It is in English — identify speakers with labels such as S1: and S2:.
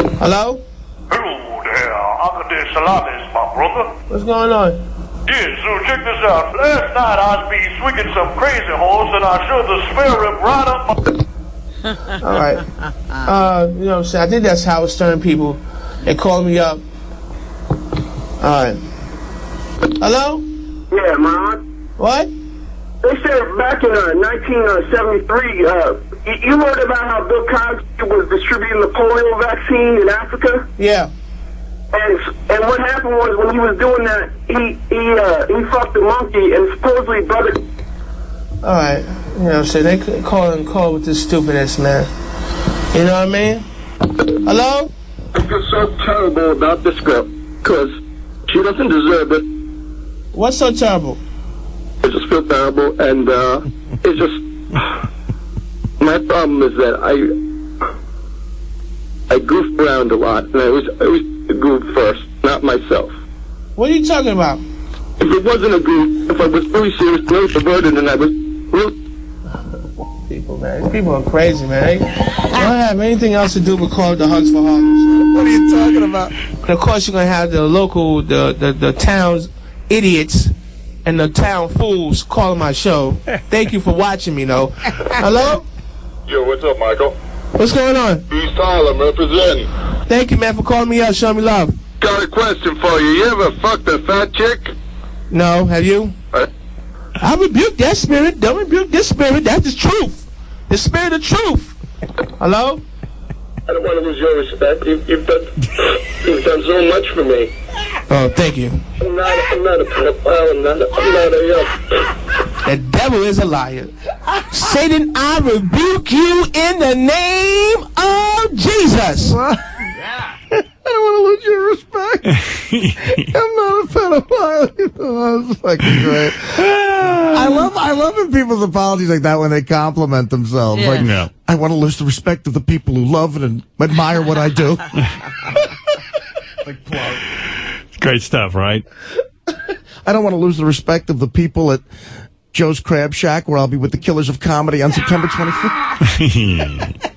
S1: Hello?
S2: Hello there, Akade Salamis, my brother.
S1: What's going on?
S2: Yeah, so check this out. Last night I was be swinging some crazy horse and I shoved the spare rib right up my...
S1: All right. Uh, you know what I'm saying? I think that's Howard Stern people. They called me up. All right. Hello?
S3: Yeah, man.
S1: What?
S3: They said back in uh, 1973, uh, y- you heard about how Bill Cosby was distributing the polio vaccine in Africa?
S1: Yeah.
S3: And and what happened was when he was doing that, he he uh, he fucked a monkey and supposedly brother.
S1: All right. You know what I'm saying? They c- call and call with this stupidness, man. You know what I mean? Hello?
S4: I feel so terrible about this girl because she doesn't deserve it.
S1: What's so terrible?
S4: I just feel terrible, and uh, it's just my problem is that I I goof around a lot, and I was I was a goof first, not myself.
S1: What are you talking about?
S4: If it wasn't a goof, if I was really serious, really perverted, and I was really
S1: People, man. These people are crazy, man. They don't have anything else to do but call the Hugs for Hogs.
S5: What are you talking about?
S1: And of course, you're going to have the local, the, the, the town's idiots and the town fools calling my show. Thank you for watching me, though. Hello?
S6: Yo, what's up, Michael?
S1: What's going on?
S6: Bruce Tyler representing.
S1: Thank you, man, for calling me up. Show me love.
S6: Got a question for you. You ever fucked a fat chick?
S1: No, have you?
S6: Uh,
S1: I rebuke that spirit. Don't rebuke this spirit. That's the truth. The spirit of truth. Hello?
S4: I don't want to lose your respect. You've, you've done you've done so much for me.
S1: Oh, thank you.
S4: I'm not I'm not a pedophile. I'm not a, I'm not a uh,
S1: The devil is a liar. Satan, I rebuke you in the name of Jesus.
S5: I don't want to lose your respect. I'm not a pedophile. You know, That's fucking great. I love I love when people's apologies like that when they compliment themselves.
S7: Yeah.
S5: Like,
S8: Yeah.
S5: I want to lose the respect of the people who love and admire what I do.
S8: Great stuff, right?
S5: I don't want to lose the respect of the people at Joe's Crab Shack, where I'll be with the Killers of Comedy on September 25th.